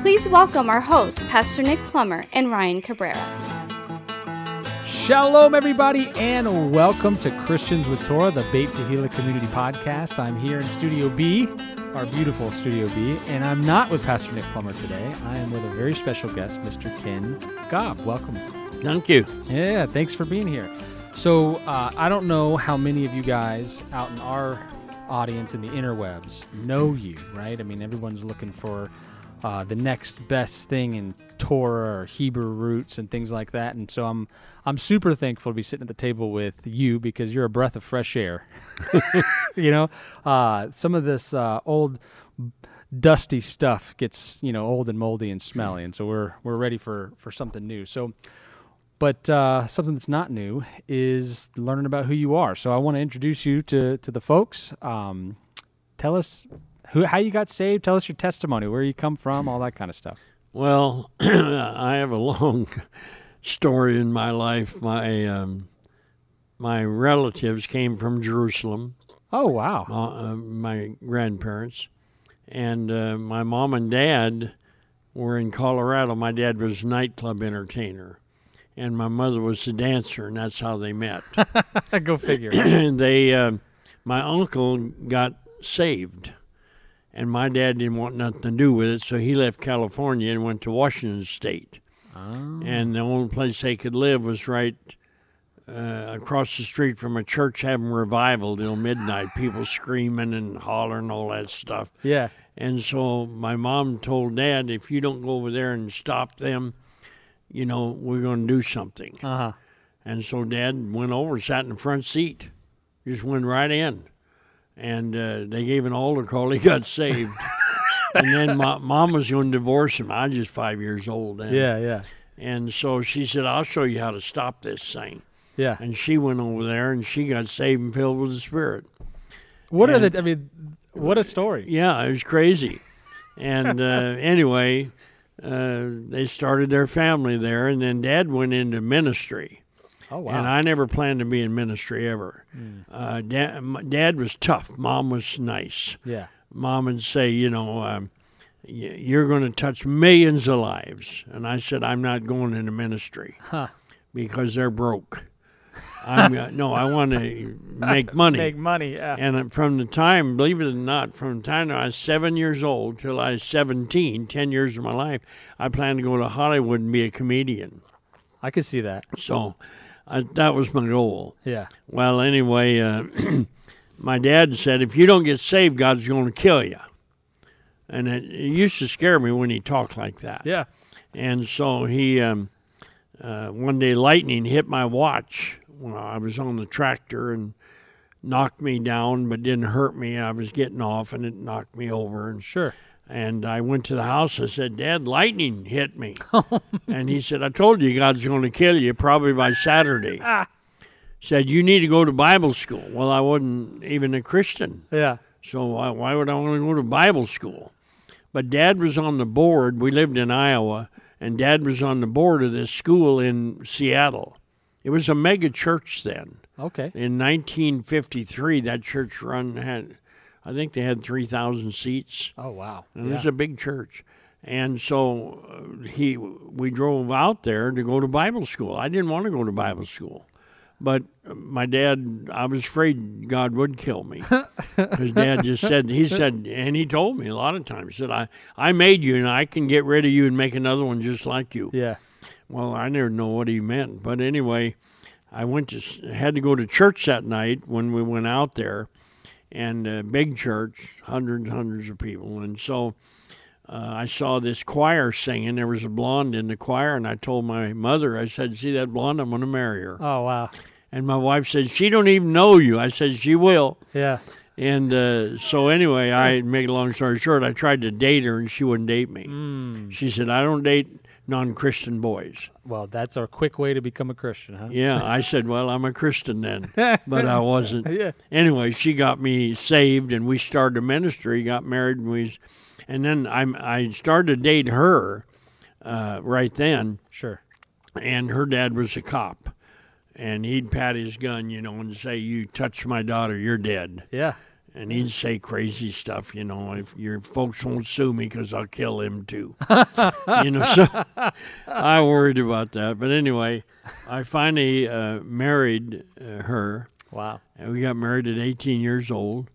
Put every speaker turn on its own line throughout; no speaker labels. Please welcome our hosts, Pastor Nick Plummer and Ryan Cabrera.
Shalom, everybody, and welcome to Christians with Torah, the Beit Tehillah Community Podcast. I'm here in Studio B, our beautiful Studio B, and I'm not with Pastor Nick Plummer today. I am with a very special guest, Mr. Ken Gobb. Welcome.
Thank you.
Yeah, thanks for being here. So uh, I don't know how many of you guys out in our audience in the interwebs know you, right? I mean, everyone's looking for uh, the next best thing in Torah or Hebrew roots and things like that, and so I'm I'm super thankful to be sitting at the table with you because you're a breath of fresh air. you know, uh, some of this uh, old dusty stuff gets you know old and moldy and smelly, and so we're we're ready for for something new. So. But uh, something that's not new is learning about who you are. So I want to introduce you to to the folks. Um, tell us who, how you got saved. Tell us your testimony, where you come from, all that kind of stuff.
Well, I have a long story in my life. My um, my relatives came from Jerusalem.
Oh wow!
Uh, uh, my grandparents and uh, my mom and dad were in Colorado. My dad was a nightclub entertainer, and my mother was a dancer, and that's how they met.
Go figure.
and they, uh, my uncle got saved, and my dad didn't want nothing to do with it, so he left California and went to Washington State. And the only place they could live was right uh, across the street from a church having revival till midnight, people screaming and hollering, all that stuff.
yeah.
And so my mom told dad, if you don't go over there and stop them, you know, we're going to do something.
Uh huh.
And so dad went over, sat in the front seat, just went right in. And uh, they gave an altar call. He got saved. and then my mom was going to divorce him. I was just five years old then.
Yeah. Yeah.
And so she said, I'll show you how to stop this thing.
Yeah.
And she went over there and she got saved and filled with the Spirit.
What are the? I mean, what a story.
Yeah, it was crazy. And uh, anyway, uh, they started their family there. And then dad went into ministry.
Oh
And I never planned to be in ministry ever.
Mm.
Uh, dad, m- dad was tough. Mom was nice.
yeah.
Mom would say, you know, um, y- you're going to touch millions of lives. And I said, I'm not going into ministry
Huh.
because they're broke. I'm, uh, no, I want to make money.
Make money. Yeah.
and uh, from the time, believe it or not, from the time I was seven years old till I was 17, 10 years of my life, I planned to go to Hollywood and be a comedian.
I could see that.
So I, that was my goal.
Yeah.
Well, anyway, uh, my dad said, if you don't get saved, God's going to kill you. And it, it used to scare me when he talked like that.
Yeah.
And so he, um, uh, one day, lightning hit my watch when I was on the tractor and knocked me down, but didn't hurt me. I was getting off and it knocked me over. And
Sure.
and I went to the house. I said, Dad, lightning hit me. and he said, I told you God's going to kill you probably by Saturday. said, You need to go to Bible school. Well, I wasn't even a Christian.
Yeah.
So why, why would I want to go to Bible school? But Dad was on the board. We lived in Iowa, and Dad was on the board of this school in Seattle. It was a mega church then.
Okay.
In 1953, that church run had, I think they had 3,000 seats.
Oh wow.
And
Yeah.
it's a big church. And so uh, he we drove out there to go to Bible school. I didn't want to go to Bible school. But uh, my dad, I was afraid God would kill me. His dad just said, he said, and he told me a lot of times, that I, I made you and I can get rid of you and make another one just like you.
yeah.
Well, I never know what he meant, but anyway, I went to s- had to go to church that night when we went out there, and uh, big church, hundreds hundreds of people, and so uh, I saw this choir singing. There was a blonde in the choir, and I told my mother, I said, "See that blonde? I'm going to marry her."
Oh wow.
And my wife said, "She don't even know you." I said, "She will."
Yeah.
And uh, so anyway, I make a long story short, I tried to date her, and she wouldn't date me. She said, "I don't date non-Christian boys.
Well, that's our quick way to become a Christian, huh?
Yeah, I said, well, I'm a Christian then, but I wasn't.
Yeah.
Anyway, she got me saved, and we started a ministry. Got married, and we, and then I I started to date her, uh, right then,
Sure.
and her dad was a cop, and he'd pat his gun, you know, and say, "You touch my daughter, you're dead."
Yeah.
And
Mm.
he'd say crazy stuff, you know. If your folks won't sue me, because I'll kill him too. you know, so I worried about that. But anyway, I finally uh, married uh, her,
Wow.
and we got married at 18 years old,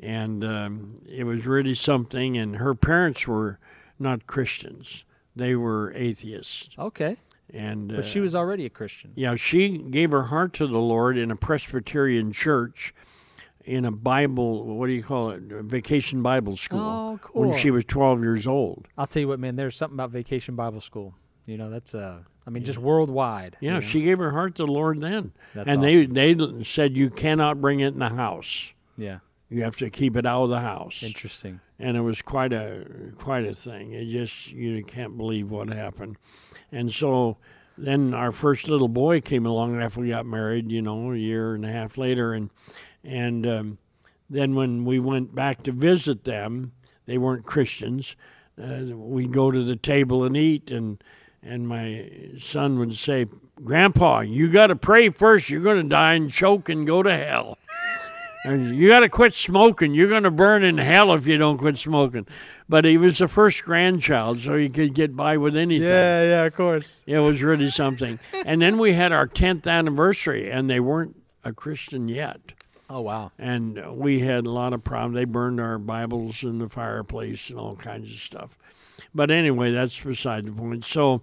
and um, it was really something. And her parents were not Christians; they were atheists.
Okay.
And
But she was already a Christian.
yeah, she gave her heart to the Lord in a Presbyterian church in a Bible, what do you call it? A Vacation Bible school.
Oh,
When she
cool.
was 12 years old.
I'll tell you what, man. There's something about Vacation Bible School. You know, that's uh, I mean, just worldwide.
Yeah, she gave her heart to the Lord then.
That's
and they they said you cannot bring it in the house.
Yeah.
You have to keep it out of the house.
Interesting.
and it was quite a quite a thing. It just you can't believe what happened. And so then our first little boy came along after we got married, you know, a year and a half later, and and um, then when we went back to visit them, they weren't Christians. Uh, we'd go to the table and eat, and and my son would say, "Grandpa, you got to pray first. You're going to die and choke and go to hell." And you got to quit smoking. You're going to burn in hell if you don't quit smoking. But he was the first grandchild, so he could get by with anything.
yeah, of course.
It was really something. and then we had our 10th anniversary, and they weren't a Christian yet.
Oh wow.
And we had a lot of problems. They burned our Bibles in the fireplace and all kinds of stuff. But anyway, that's beside the point. So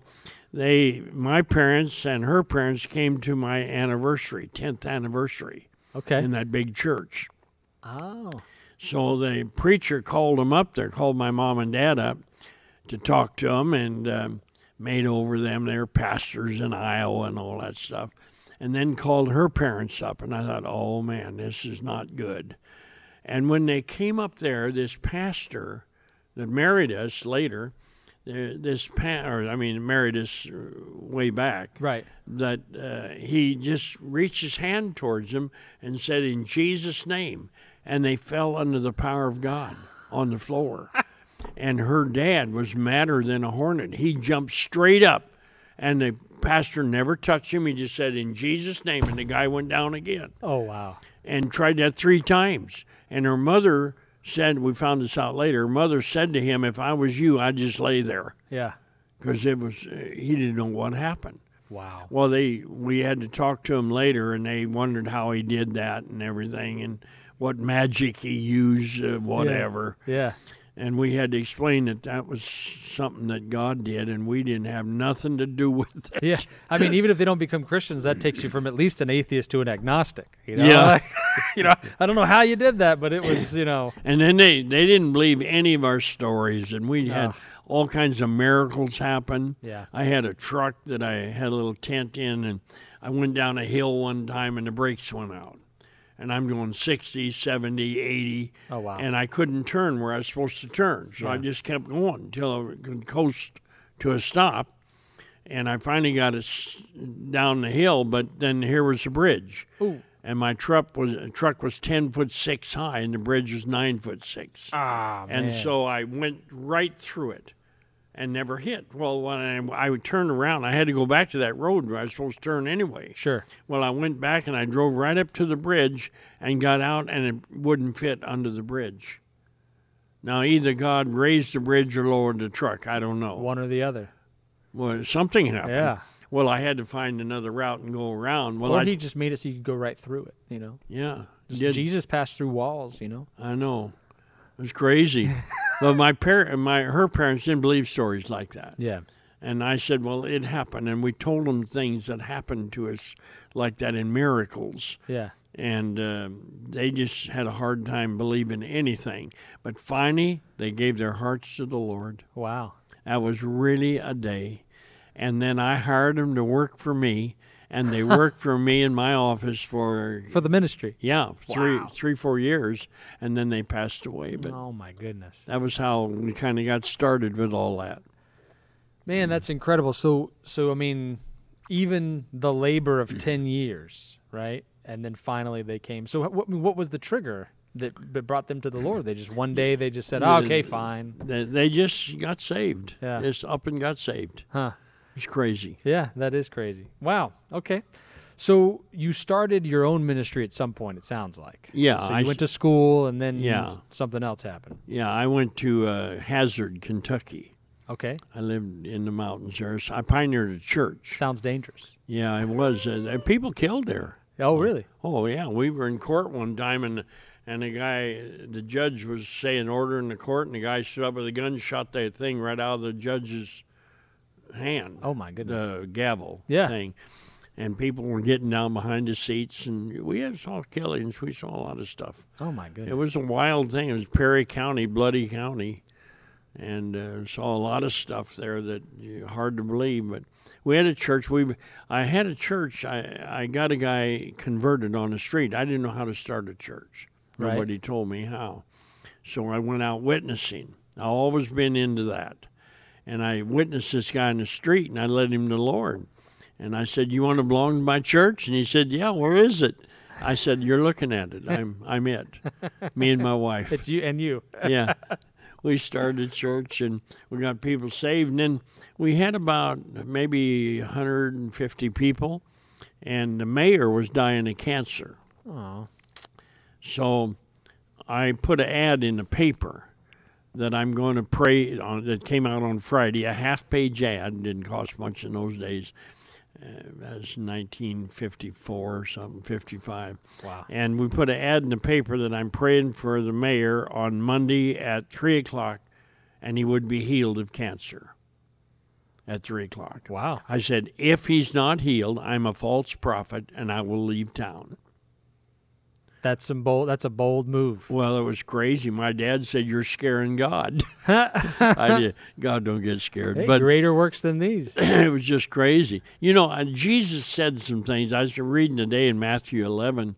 they, my parents and her parents came to my anniversary, 10th anniversary,
Okay.
in that big church.
Oh.
So the preacher called them up there, called my mom and dad up to talk to them and um, made over them. They were pastors in Iowa and all that stuff. And then called her parents up. And I thought, oh man, this is not good. And when they came up there, this pastor that married us later, th- this pa- or I mean, married us uh, way back
Right.
that uh, he just reached his hand towards them and said, In Jesus' name. And they fell under the power of God on the floor. and her dad was madder than a hornet. He jumped straight up, and the pastor never touched him. He just said, In Jesus' name. And the guy went down again
Oh wow.
and tried that three times. And her mother said, We found this out later, her mother said to him, If I was you, I'd just lay there.
Yeah.
Because it was, uh, he didn't know what happened.
Wow.
Well, they we had to talk to him later, and they wondered how he did that and everything, and what magic he used, uh, whatever.
Yeah.
And we had to explain that that was something that God did, and we didn't have nothing to do with it.
Yeah. I mean, even if they don't become Christians, that takes you from at least an atheist to an agnostic. You know?
Yeah.
Like, you know, I don't know how you did that, but it was, you know.
And then they they didn't believe any of our stories, and we had all kinds of miracles happen.
Yeah.
I had a truck that I had a little tent in, and I went down a hill one time, and the brakes went out. And I'm going 60, 70, 80.
Oh, wow.
And I couldn't turn where I was supposed to turn. So I just kept going until I could coast to a stop. And I finally got us down the hill, but then here was a bridge.
Ooh.
And my truck was truck was ten foot six high, and the bridge was nine foot six.
Ah,
And so I went right through it and never hit. Well, when I, I would turn around, I had to go back to that road where I was supposed to turn anyway.
Sure.
Well, I went back and I drove right up to the bridge and got out, and it wouldn't fit under the bridge. Now, either God raised the bridge or lowered the truck. I don't know.
One or the other.
Well, something happened.
Yeah.
Well, I had to find another route and go around. Well,
Or
I,
he just made it so you could go right through it, you know.
yeah,
Just
did-
Jesus passed through walls, you know.
I know. It was crazy. but my parent, my her parents didn't believe stories like that.
Yeah.
And I said, well, it happened, and we told them things that happened to us like that in miracles.
Yeah.
And uh, they just had a hard time believing anything. But finally, they gave their hearts to the Lord.
Wow.
That was really a day. And then I hired them to work for me, and they worked for me in my office for
For the ministry.
yeah three three four years, and then they passed away. But
Oh my goodness.
that was how we kind of got started with all that.
Man, that's incredible. So, so I mean, even the labor of ten years, right? And then finally they came. So, what, what was the trigger that, that brought them to the Lord? They just one day they just said, oh, "Okay, fine."
They, they just got saved.
Yeah.
Just up and got saved.
Huh?
It's crazy.
Yeah, that is crazy. Wow. Okay. So you started your own ministry at some point. It sounds like.
Yeah,
So you
I
went
s-
to school, and then
Yeah.
something else happened.
Yeah, I went to uh, Hazard, Kentucky.
Okay.
I lived in the mountains there. So I pioneered a church.
Sounds dangerous.
Yeah, it was. Uh, there- people killed there.
Oh, really?
Oh yeah, we were in court one time, and and the guy, the judge was saying order in the court, and the guy stood up with a gun, shot that thing right out of the judge's hand.
Oh, my goodness.
The gavel
Yeah.
thing, and people were getting down behind the seats, and we had saw killings. We saw a lot of stuff.
Oh my goodness.
It was a wild thing. It was Perry County, Bloody County, and uh, saw a lot of stuff there that you hard to believe. But we had a church. We I had a church. I I got a guy converted on the street. I didn't know how to start a church.
Right.
Nobody told me how. So I went out witnessing. I always been into that, and I witnessed this guy in the street, and I led him to the Lord. And I said, "You want to belong to my church?" And he said, "Yeah. Where is it?" I said, "You're looking at it. I'm I'm it. Me and my wife.
It's you and you.
yeah. We started church and we got people saved. And then we had about maybe 150 people. And the mayor was dying of cancer.
Oh.
So I put an ad in the paper that I'm going to pray on, that came out on Friday, a half page ad, didn't cost much in those days. Uh, that's 1954 or something, 55.
Wow.
And we put an ad in the paper that I'm praying for the mayor on Monday at 3 o'clock, and he would be healed of cancer at 3 o'clock.
Wow.
I said, if he's not healed, I'm a false prophet and I will leave town.
That's some bold. That's a bold move.
Well, it was crazy. My dad said, You're scaring God. I did. God don't get scared.
Hey,
but
greater works than these.
it was just crazy. You know, uh, Jesus said some things. I was reading today in Matthew 11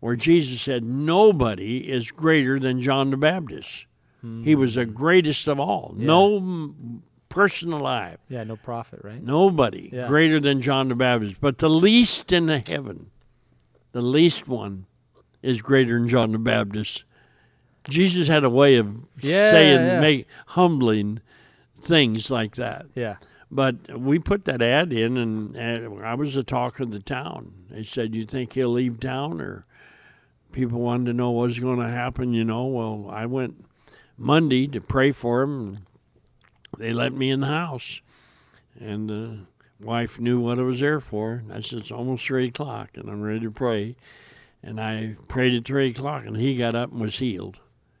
where Jesus said, Nobody is greater than John the Baptist. He was the greatest of all. No m- person alive,
Yeah, no profit, right?
nobody
Yeah.
greater than John the Baptist. But the least in the heaven, the least one, is greater than John the Baptist. Jesus had a way of
Yeah,
saying,
yeah.
make humbling things like that.
Yeah.
But we put that ad in, and, and I was the talk of the town. They said, "You think he'll leave town?" Or people wanted to know what's going to happen. You know, well, I went Monday to pray for him. And they let me in the house, and the wife knew what I was there for. And I said, "It's almost three o'clock, and I'm ready to pray." And I prayed at three o'clock, and he got up and was healed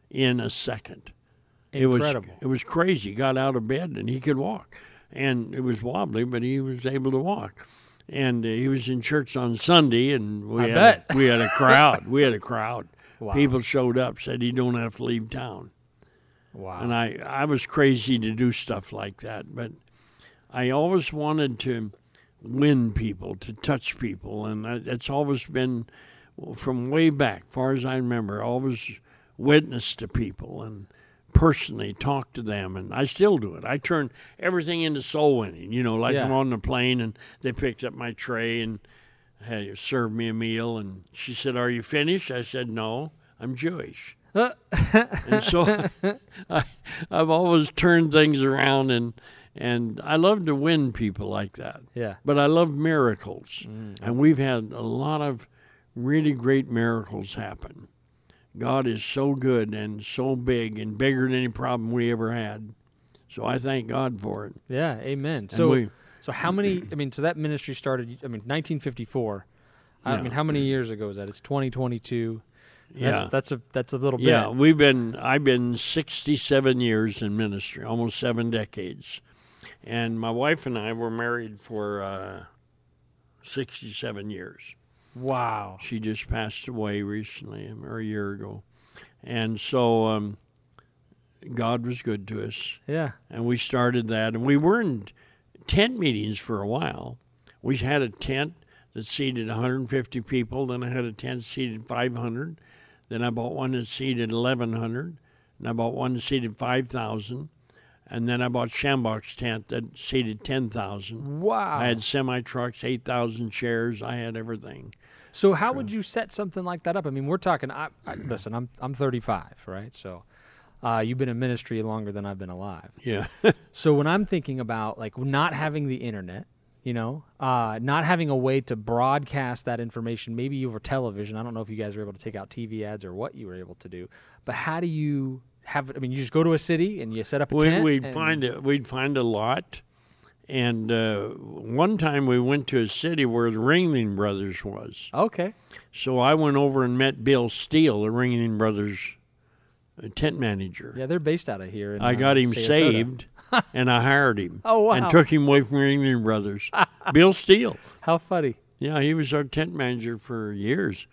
in a second.
Incredible.
It was it was crazy. He got out of bed and he could walk, and it was wobbly, but he was able to walk. And uh, he was in church on Sunday, and we
I
had
bet.
A, we had a crowd. We had a crowd.
Wow.
People showed up, said he don't have to leave town.
wow.
And I I was crazy to do stuff like that, but I always wanted to win people, to touch people, and that, that's always been from way back, far as I remember. Always witness to people and personally talk to them, and I still do it. I turn everything into soul winning. You know, like
Yeah.
I'm on the plane and they picked up my tray and had served me a meal, and she said, "Are you finished?" I said, "No, I'm Jewish." and so I, I've always turned things around, and and I love to win people like that.
yeah.
But I love miracles,
Mm.
and we've had a lot of really great miracles happen. God is so good and so big and bigger than any problem we ever had. So I thank God for it.
Yeah. Amen. So,
we-
so how many? I mean, so that ministry started. I mean, 1954. I
Yeah.
mean, how many years ago is that? It's 2022. That's,
Yeah.
That's a that's a little bit.
Yeah, we've been I've been 67 years in ministry, almost 7 decades. And my wife and I were married for uh, 67 years.
Wow.
She just passed away recently, um, or a year ago. And so um, God was good to us
Yeah.
and we started that. And we were in tent meetings for a while. We had a tent that seated 150 people. Then I had a tent that seated 500. Then I bought one that seated 1,100. And I bought one that seated 5,000. And then I bought Shambach's tent that seated 10,000.
Wow.
I had semi trucks, 8,000 chairs. I had everything.
so how would you set something like that up? I mean, we're talking. I, I listen. I'm I'm 35, right? So, uh, you've been in ministry longer than I've been alive.
Yeah.
So when I'm thinking about like not having the internet, you know, uh, not having a way to broadcast that information, maybe over television. I don't know if you guys were able to take out TV ads or what you were able to do, but how do you have? I mean, you just go to a city and you set up a
we,
tent.
we'd
and-
find a, we'd find a lot, and uh, one time we went to a city where the Ringling Brothers was.
Okay.
So I went over and met Bill Steele, the Ringling Brothers uh, tent manager.
Yeah, they're based out of here. In,
I
uh,
got him
Sarasota.
saved, and I hired him.
Oh, wow.
And took him away from Ringling Brothers. Bill Steele.
How funny.
Yeah, he was our tent manager for years,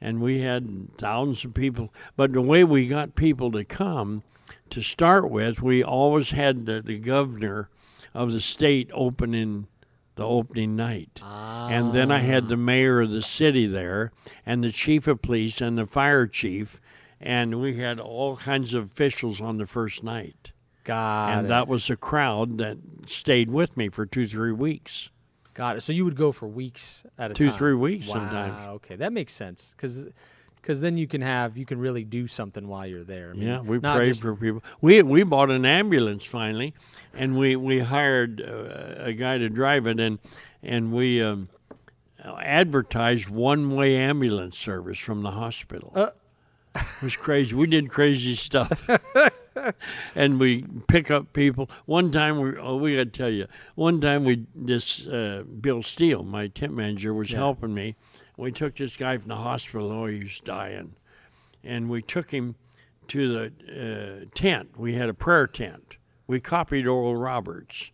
and we had thousands of people. But the way we got people to come, to start with, we always had the, the governor of the state opening the opening night, and then I had
Ah.
the mayor of the city there, and the chief of police and the fire chief, and we had all kinds of officials on the first night.
Got
And
it.
that was a crowd that stayed with me for two, three weeks.
Got it. So you would go for weeks at a
Two,
time.
three weeks
wow,
sometimes.
Okay, that makes sense because then you can have you can really do something while you're there. I mean,
Yeah, we
not
prayed
just-
for people. We we bought an ambulance finally, and we we hired uh, a guy to drive it, and and we um, advertised one-way ambulance service from the hospital.
Uh.
It was crazy. We did crazy stuff, and we pick up people. One time we oh, we got to tell you. One time we this uh, Bill Steele, my tent manager, was helping me. We took this guy from the hospital. Oh, he was dying and we took him to the uh, tent. We had a prayer tent. We copied Oral Roberts.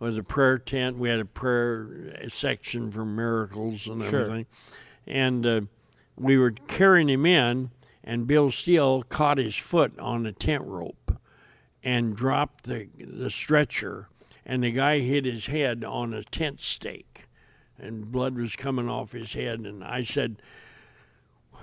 It was a prayer tent. We had a prayer uh, section for miracles and
Sure.
everything. And uh, we were carrying him in, and Bill Steele caught his foot on the tent rope and dropped the, the stretcher, and the guy hit his head on a tent stake, and blood was coming off his head. And I said,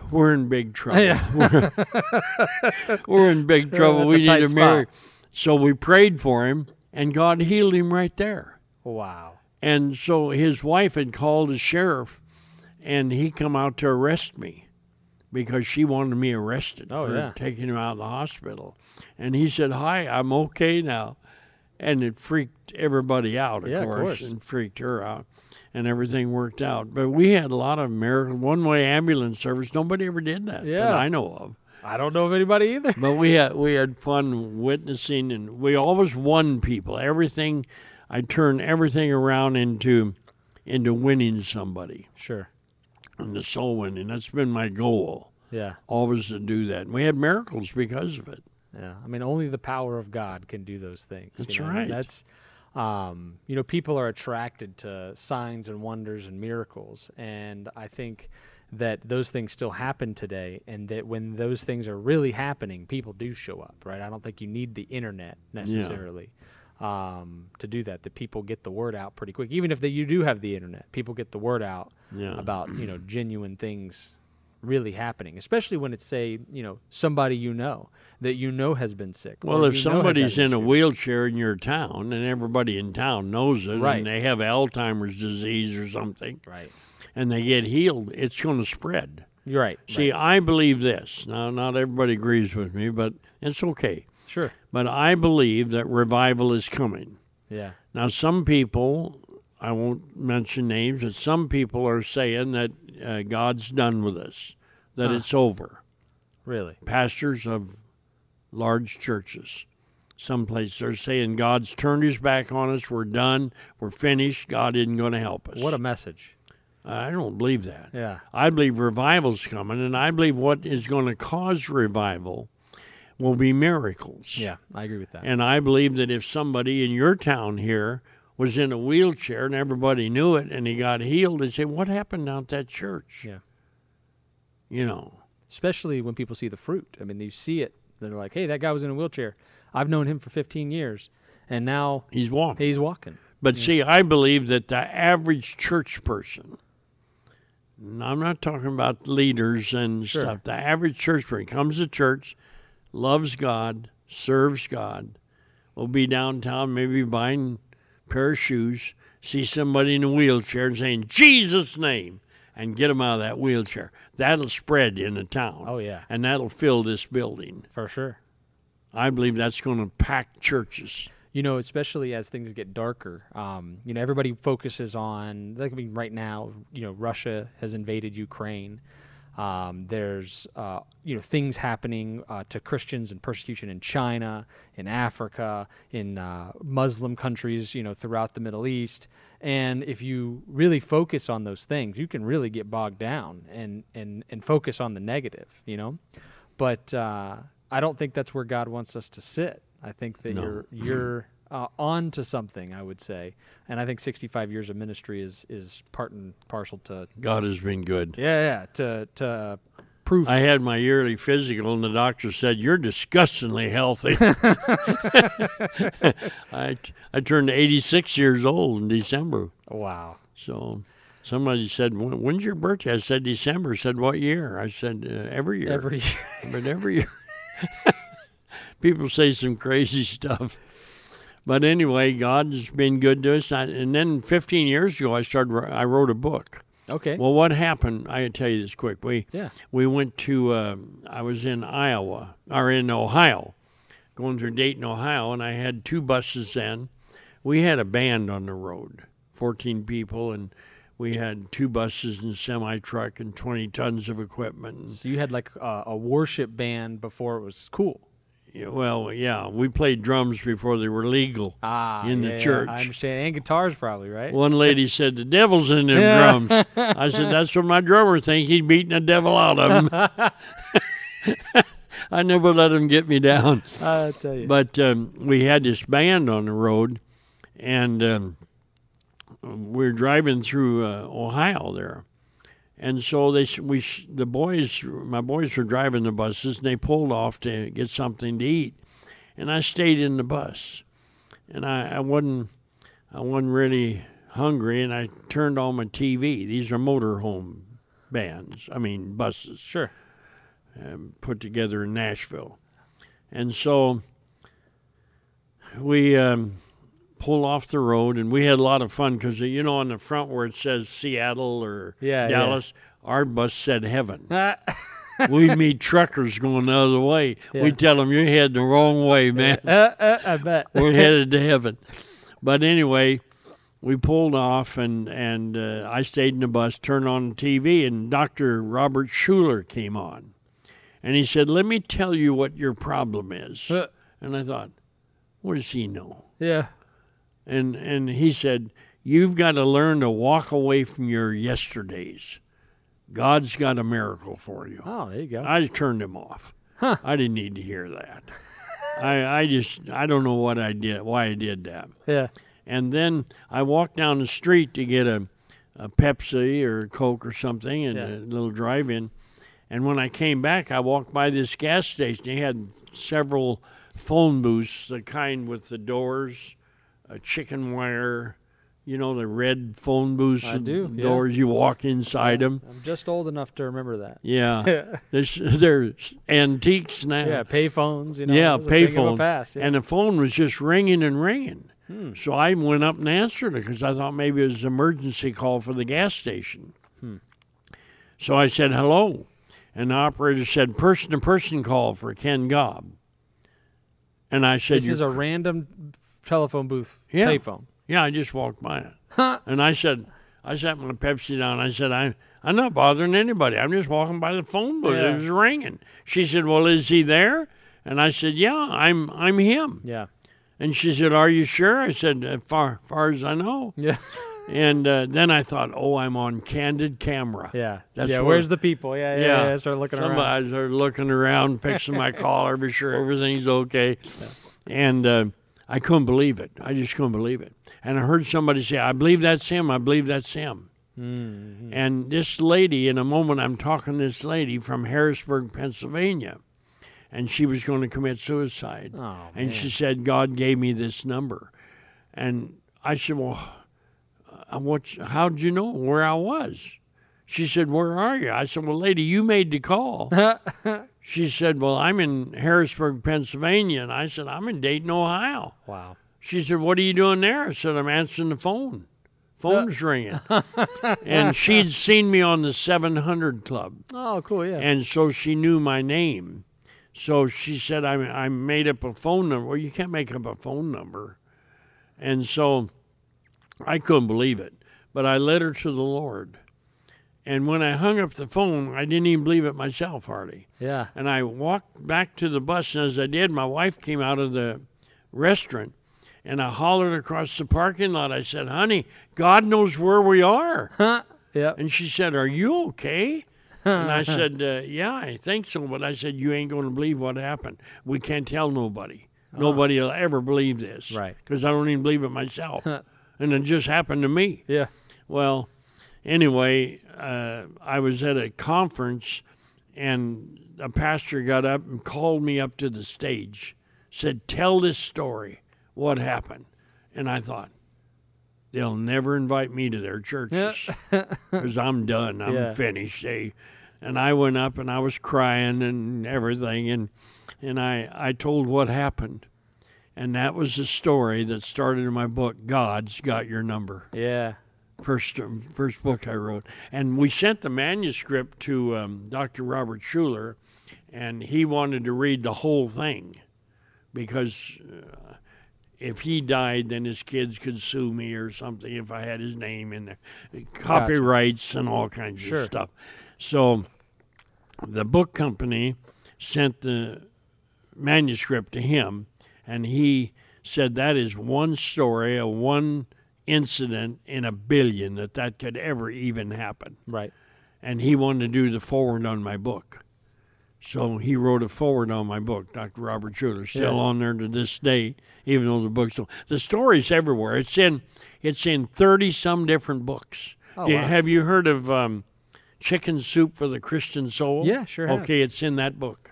we're in big trouble. We're, we're in big trouble.
that's
we
a
need
tight
a
spot.
miracle. So we prayed for him, and God healed him right there.
Wow.
And so his wife had called the sheriff, and he come out to arrest me because she wanted me arrested
Oh,
for
yeah.
taking him out of the hospital. And he said, "Hi, I'm okay now," and it freaked everybody out, of,
Yeah, of course.
and freaked her out. And everything worked out, but we had a lot of miracle one-way ambulance service. Nobody ever did that
Yeah.
that I know of.
I don't know of anybody either.
But we had we had fun witnessing, and we always won people. Everything, I turned everything around into into winning somebody,
Sure.
and the soul winning. That's been my goal,
Yeah.
always to do that. And we had miracles because of it.
Yeah. I mean, only the power of God can do those things. you
That's
know, and
right.
That's, um, you know, people are attracted to signs and wonders and miracles. And I think that those things still happen today. And that when those things are really happening, people do show up, right? I don't think you need the internet necessarily. Um, to do that, that people get the word out pretty quick. Even if they, you do have the internet, people get the word out
Yeah.
about you
Mm.
know genuine things really happening, especially when it's say you know somebody you know that you know has been sick. or
Well, if
you know has had
somebody's
an
in a
issue.
wheelchair in your town, and everybody in town knows it,
Right.
and they have Alzheimer's disease or something,
right,
and they get healed, it's going to spread.
you're right.
See, I believe this. Now, not everybody agrees with me, but it's okay.
right. sure,
But I believe that revival is coming.
yeah,
Now, some people, I won't mention names, but some people are saying that uh, God's done with us, that it's over.
really,
Pastors of large churches, someplace, they're saying God's turned his back on us. We're done. We're finished. God isn't going to help us.
what a message.
I don't believe that.
Yeah,
I believe revival's coming, and I believe what is going to cause revival will be miracles.
yeah, I agree with that.
And I believe that if somebody in your town here was in a wheelchair and everybody knew it and he got healed, they'd say, What happened out at that church?
Yeah.
You know,
especially when people see the fruit. I mean, you see it. They're like, hey, that guy was in a wheelchair. I've known him for 15 years, and now
he's walking.
he's walking.
But see, I believe that the average church person, and I'm not talking about leaders and
Sure.
stuff, the average church person comes to church, loves God, serves God, will be downtown, maybe buying a pair of shoes, see somebody in a wheelchair and saying, Jesus' name, and get them out of that wheelchair. That'll spread in the town.
Oh, yeah.
And that'll fill this building.
for sure.
I believe that's going to pack churches.
you know, especially as things get darker. Um, you know, everybody focuses on. Like, I mean, right now, you know, Russia has invaded Ukraine. Um, there's uh, you know things happening uh, to Christians and persecution in China, in Africa, in uh, Muslim countries. You know, throughout the Middle East. And if you really focus on those things, you can really get bogged down and and and focus on the negative. You know, but uh, I don't think that's where God wants us to sit. I think that you're you're uh, on to something. I would say, and I think 65 years of ministry is is part and parcel to
God has been good.
yeah yeah to to proof.
I had my yearly physical, and the doctor said, "You're disgustingly healthy." I I turned 86 years old in December,
wow.
so somebody said, "When- "When's your birthday?" I said, "December." Said, "What year?" I said, uh, "Every year."
Every
but every year, people say some crazy stuff. But anyway, God's been good to us. I, and then 15 years ago, I started. wri- I wrote a book.
okay.
Well, what happened? I tell you this quick. We
Yeah.
we went to. Uh, I was in Iowa or in Ohio, going through Dayton, Ohio, and I had two buses in. We had a band on the road, fourteen people, and we had two buses and semi truck and twenty tons of equipment.
so you had like a, a worship band before it was cool.
Yeah, Well, yeah, we played drums before they were legal.
Ah,
In the
yeah, yeah,
church.
I understand. And guitars probably right.
One lady said, "The devil's in them drums." I said, "That's what my drummer think. He's beating the devil out of him." I never let him get me down.
I tell you.
But um, we had this band on the road, and um, we were driving through uh, Ohio there, and so they s- we s- the boys my boys were driving the buses, and they pulled off to get something to eat, and I stayed in the bus, and I, I wasn't I wasn't really hungry, and I turned on my TV. These are motorhome bands, I mean buses
sure.
put together in Nashville. And so we um, pull off the road, and we had a lot of fun because, you know, on the front where it says Seattle or
Yeah, yeah.
Dallas, our bus said heaven.
Ah,
we meet truckers going the other way.
Yeah.
We tell them, you're heading the wrong way, man.
uh, uh, I bet.
We're headed to heaven. But anyway, we pulled off, and, and uh, I stayed in the bus, turned on the TV, and Dr. Robert Schuler came on. And he said, Let me tell you what your problem is.
Uh,
And I thought, What does he know?
yeah.
And, and he said, You've got to learn to walk away from your yesterdays. God's got a miracle for you.
Oh, there you go.
I turned him off. I didn't need to hear that. I, I just I don't know what I did why I did that.
yeah.
And then I walked down the street to get a, a Pepsi or a Coke or something and
Yeah.
a little drive in. And when I came back, I walked by this gas station. They had several phone booths, the kind with the doors, a chicken wire, you know, the red phone booths
I
with
do, yeah.
doors. You walk inside them.
I'm just old enough to remember that.
Yeah.
Yeah.
There's, there's antiques now.
Yeah, payphones. You know,
yeah,
it was a thing of a
payphone.
past, yeah. Hmm.
And the phone was just ringing and ringing. So I went up and answered it because I thought maybe it was an emergency call for the gas station.
Hmm.
So I said, hello. And the operator said, person to person call for Ken Gobb. And I said,
this
"You're
is a random telephone booth
Yeah.
payphone.
Yeah, I just walked by it. And I said, I sat my Pepsi down. I said, I, I'm not bothering anybody. I'm just walking by the phone booth.
Yeah.
It was ringing. She said, Well, is he there? And I said, Yeah, I'm I'm him.
Yeah.
And she said, Are you sure? I said, "As Far far as I know.
Yeah.
And uh, then I thought, Oh, I'm on candid camera.
Yeah.
That's
yeah.
where-
Where's the people? Yeah. Yeah. yeah. Start looking
Somebody
around.
started looking around, fixing my collar, be sure everything's okay. And uh, I couldn't believe it. I just couldn't believe it. And I heard somebody say, I believe that's him. I believe that's him.
Mm-hmm.
And this lady, in a moment, I'm talking to this lady from Harrisburg, Pennsylvania, and she was going to commit suicide.
Oh,
and she said, God gave me this number. uh, And I said, Well, I want you- how'd you know where I was? She said, Where are you? I said, Well, lady, you made the call. she said, Well, I'm in Harrisburg, Pennsylvania. And I said, I'm in Dayton, Ohio.
Wow.
She said, What are you doing there? I said, I'm answering the phone. Phone's ringing. and she'd seen me on the 700 Club.
Oh, cool. Yeah.
And so she knew my name. So she said, I, I made up a phone number. Well, you can't make up a phone number. And so I couldn't believe it. But I led her to the Lord. And when I hung up the phone, I didn't even believe it myself, hardly.
yeah.
And I walked back to the bus. And as I did, my wife came out of the restaurant. And I hollered across the parking lot. I said, Honey, God knows where we are.
Yeah.
And she said, Are you okay? and I said, uh, Yeah, I think so. But I said, You ain't going to believe what happened. We can't tell nobody. Nobody will ever believe this.
Right.
Because I don't even believe it myself. and it just happened to me.
Yeah.
Well, anyway, uh, I was at a conference and a pastor got up and called me up to the stage, said, Tell this story, what happened. And I thought, They'll never invite me to their churches because I'm done. I'm
Yeah.
finished. They, and I went up and I was crying and everything. And, and I, I told what happened. And that was the story that started in my book, God's Got Your Number
Yeah.
first um, first book I wrote, and we sent the manuscript to um, Dr. Robert Schuler, and he wanted to read the whole thing, because uh, if he died, then his kids could sue me or something if I had his name in there, copyrights and all kinds
Sure.
of stuff. So, the book company sent the manuscript to him, and he said that is one story, a one incident in a billion that that could ever even happen.
Right.
And he wanted to do the forward on my book. So he wrote a forward on my book, Dr. Robert Schuler, still
Yeah.
on there to this day, even though the book's the story's everywhere. It's in it's in thirty some different books.
Oh,
Do you-
wow.
Have you heard of um, Chicken Soup for the Christian Soul?
Yeah, sure have.
Okay, it's in that book.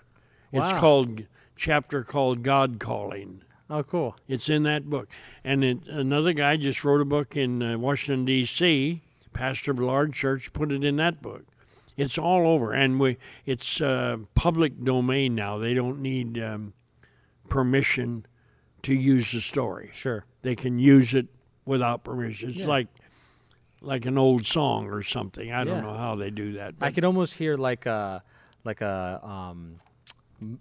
Wow.
It's called chapter called God Calling.
Oh, cool.
It's in that book. And it, another guy just wrote a book in uh, Washington D.C. Pastor of a large church put it in that book. It's all over, and we it's uh, public domain now. They don't need um, permission to use the story.
Sure.
They can use it without permission. It's like like an old song or something. I
Yeah.
don't know how they do that.
I
But
could almost hear like a like a um,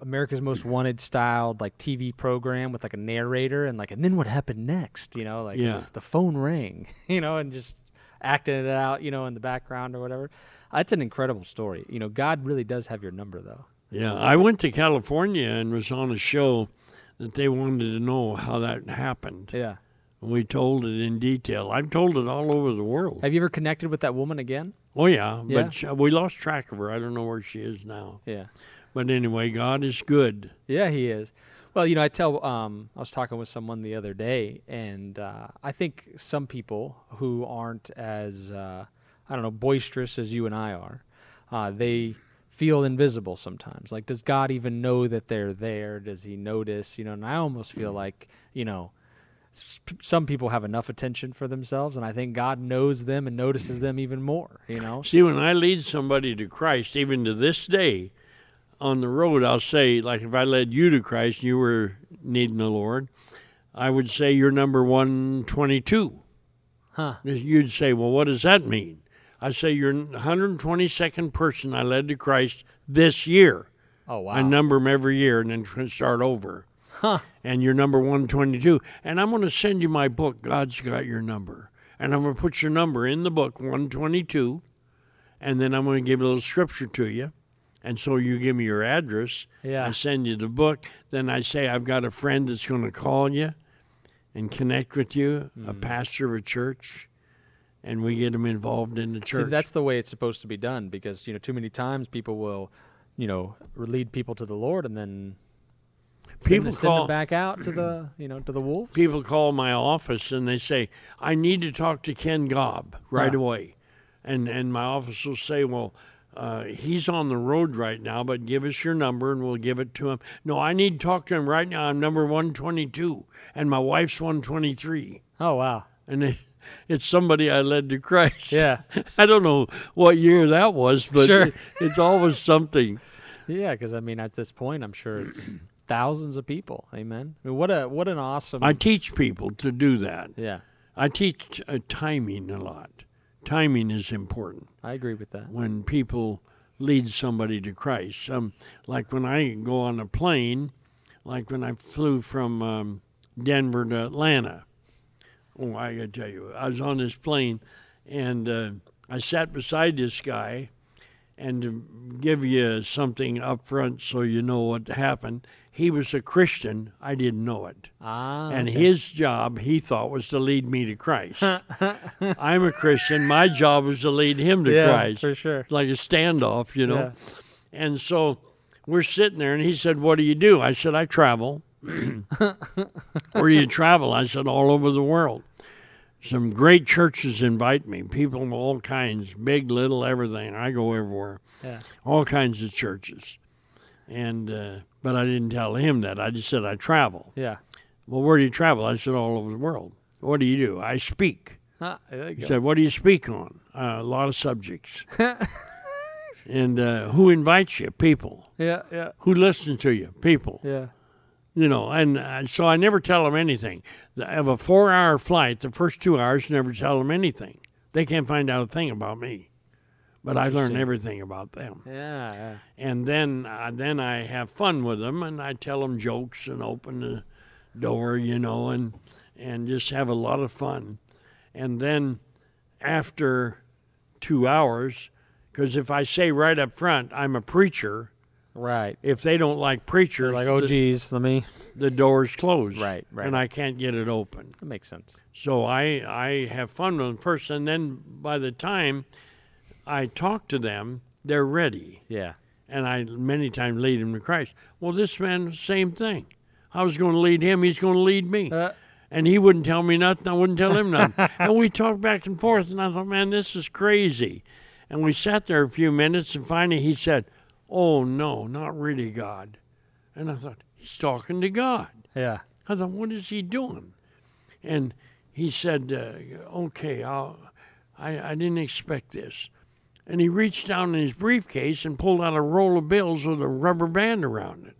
America's Most Wanted styled like TV program with like a narrator and like and then what happened next, you know, like
Yeah.
the phone rang, you know, and just acting it out, you know, in the background or whatever. That's an incredible story. You know, God really does have your number though.
yeah, I went to California and was on a show that they wanted to know how that happened.
Yeah.
We told it in detail. I've told it all over the world.
Have you ever connected with that woman again?
Oh yeah,
Yeah.
but sh we lost track of her. I don't know where she is now.
Yeah.
But anyway, God is good.
Yeah, he is. Well, you know, I tell. Um, I was talking with someone the other day, and uh, I think some people who aren't as uh, I don't know boisterous as you and I are, uh, they feel invisible sometimes. Like, does God even know that they're there? Does He notice? You know, and I almost feel like you know. s- p- Some people have enough attention for themselves, and I think God knows them and notices them even more. You know,
See, when I lead somebody to Christ, even to this day, on the road, I'll say, like if I led you to Christ, and you were needing the Lord, I would say you're number one twenty-two.
Huh.
You'd say, well, what does that mean? I say you're 122nd person I led to Christ this year.
oh wow,
I number them every year and then tr- start over. And you're number 122. And I'm going to send you my book, God's Got Your Number. And I'm going to put your number in the book, 122. And then I'm going to give a little scripture to you. And so you give me your address.
Yeah.
I send you the book. Then I say, I've got a friend that's going to call you and connect with you, a
Mm.
pastor of a church. And we get them involved in the
See,
church.
that's the way it's supposed to be done because you know too many times people will, you know, lead people to the Lord and then send,
People
them- send
call-
them back out to the you know to the wolves.
people call my office and they say, I need to talk to Ken Gobb right
Yeah.
away. And, and my office will say, Well, uh, he's on the road right now, but give us your number and we'll give it to him. No, I need to talk to him right now. I'm number 122 and my wife's 123.
Oh wow,
and it, it's somebody I led to Christ.
Yeah.
I don't know what year that was, but
Sure.
it- it's always something.
Yeah, because I mean, at this point, I'm sure it's thousands of people. Amen. I mean, what a what an awesome.
I teach people to do that.
yeah,
I teach uh, timing a lot. Timing is important
I agree with that.
when people lead somebody to Christ. Um, like when I go on a plane, like when I flew from um, Denver to Atlanta. Oh, I gotta tell you, I was on this plane, and uh, I sat beside this guy. And to give you something up front so you know what happened, he was a Christian. I didn't know it.
Ah,
And his job, he thought, was to lead me to Christ. I'm a Christian. My job was to lead him to
yeah,
Christ.
for sure.
It's like a standoff, you know. And so we're sitting there, and he said, What do you do? I said, I travel. Where do you travel? I said, All over the world. Some great churches invite me, people of all kinds, big, little, everything. I go everywhere,
Yeah.
all kinds of churches. And, uh, but I didn't tell him that. I just said, I travel.
Yeah.
Well, where do you travel? I said, all over the world. What do you do? I speak.
Ah, there you
He
go.
said, what do you speak on? Uh, a lot of subjects. and uh, who invites you? People.
yeah, yeah,
Who listen to you? People.
yeah.
You know, and uh, so I never tell them anything. I have a four hour flight, the first two hours, never tell them anything. They can't find out a thing about me. But I learn everything about them
Yeah, yeah.
and then uh, then I have fun with them, and I tell them jokes and open the door, you know, and and just have a lot of fun. And then after two hours, because if I say right up front I'm a preacher,
Right.
if they don't like preachers,
Like, oh,
the,
geez, let me.
the door's closed,
Right, right.
and I can't get it open.
That makes sense.
So I I have fun with them first, and then by the time I talk to them, they're ready
Yeah.
and I many times lead him to Christ. Well, this man, same thing. I was going to lead him; he's going to lead me,
Uh.
and he wouldn't tell me nothing. I wouldn't tell him nothing, and we talked back and forth. And I thought, man, this is crazy. And we sat there a few minutes, and finally he said, "Oh no, not really, God." And I thought, he's talking to God.
Yeah.
I thought, what is he doing? And he said, uh, okay, I'll, I, I didn't expect this. And he reached down in his briefcase and pulled out a roll of bills with a rubber band around it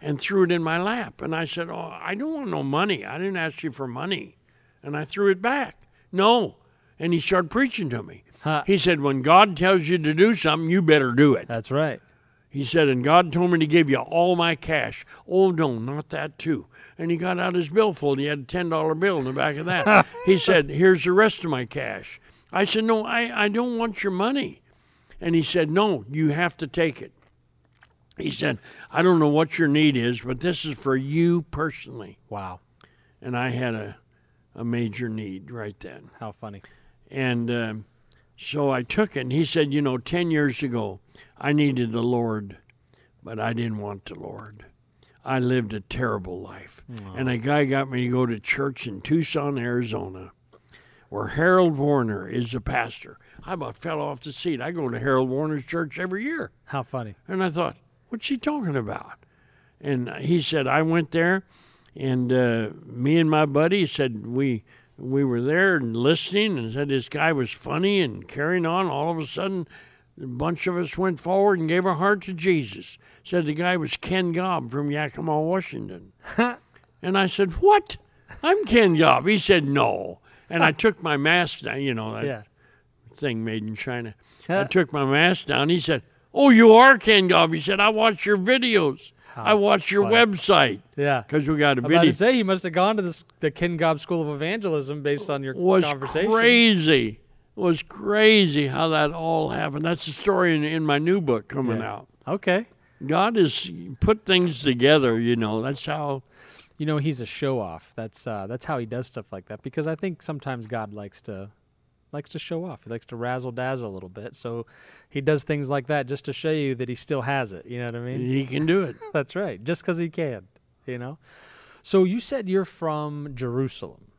and threw it in my lap. And I said, oh, I don't want no money. I didn't ask you for money. And I threw it back. No. And he started preaching to me.
Huh.
He said, when God tells you to do something, you better do it.
That's right.
He said, and God told me to give you all my cash. Oh, no, not that too. And he got out his billfold. He had a $10 bill in the back of that. he said, here's the rest of my cash. I said, no, I, I don't want your money. And he said, no, you have to take it. He said, I don't know what your need is, but this is for you personally.
Wow.
And I had a, a major need right then.
How funny.
And um, so I took it. And he said, You know, 10 years ago, I needed the Lord, but I didn't want the Lord. I lived a terrible life. And a guy got me to go to church in Tucson, Arizona, where Harold Warner is the pastor. I about fell off the seat. I go to Harold Warner's church every year.
How funny.
And I thought, what's she talking about? And he said, I went there, and uh, me and my buddy said we we were there and listening, and said this guy was funny and carrying on. All of a sudden, a bunch of us went forward and gave our heart to Jesus. Said the guy was Ken Gobb from Yakima, Washington. and I said, what? I'm Ken Gobb. He said, no. And I took my mask down, you know, that
Yeah.
thing made in China.
Huh.
I took my mask down. He said, Oh, you are Ken Gobb. He said, I watch your videos. I watch your website.
Yeah.
Because we got a
I'm about
video.
to say he must have gone to this, the Ken Gobb School of Evangelism based on your
was
conversation.
crazy. was crazy how that all happened. That's the story in, in my new book coming out.
Okay.
God has put things together, you know. That's how
You know he's a show off. That's uh, that's how he does stuff like that because I think sometimes God likes to likes to show off. He likes to razzle dazzle a little bit. So he does things like that just to show you that he still has it. You know what I mean?
he can do it.
That's right. Just because he can. You know. So you said you're from Jerusalem,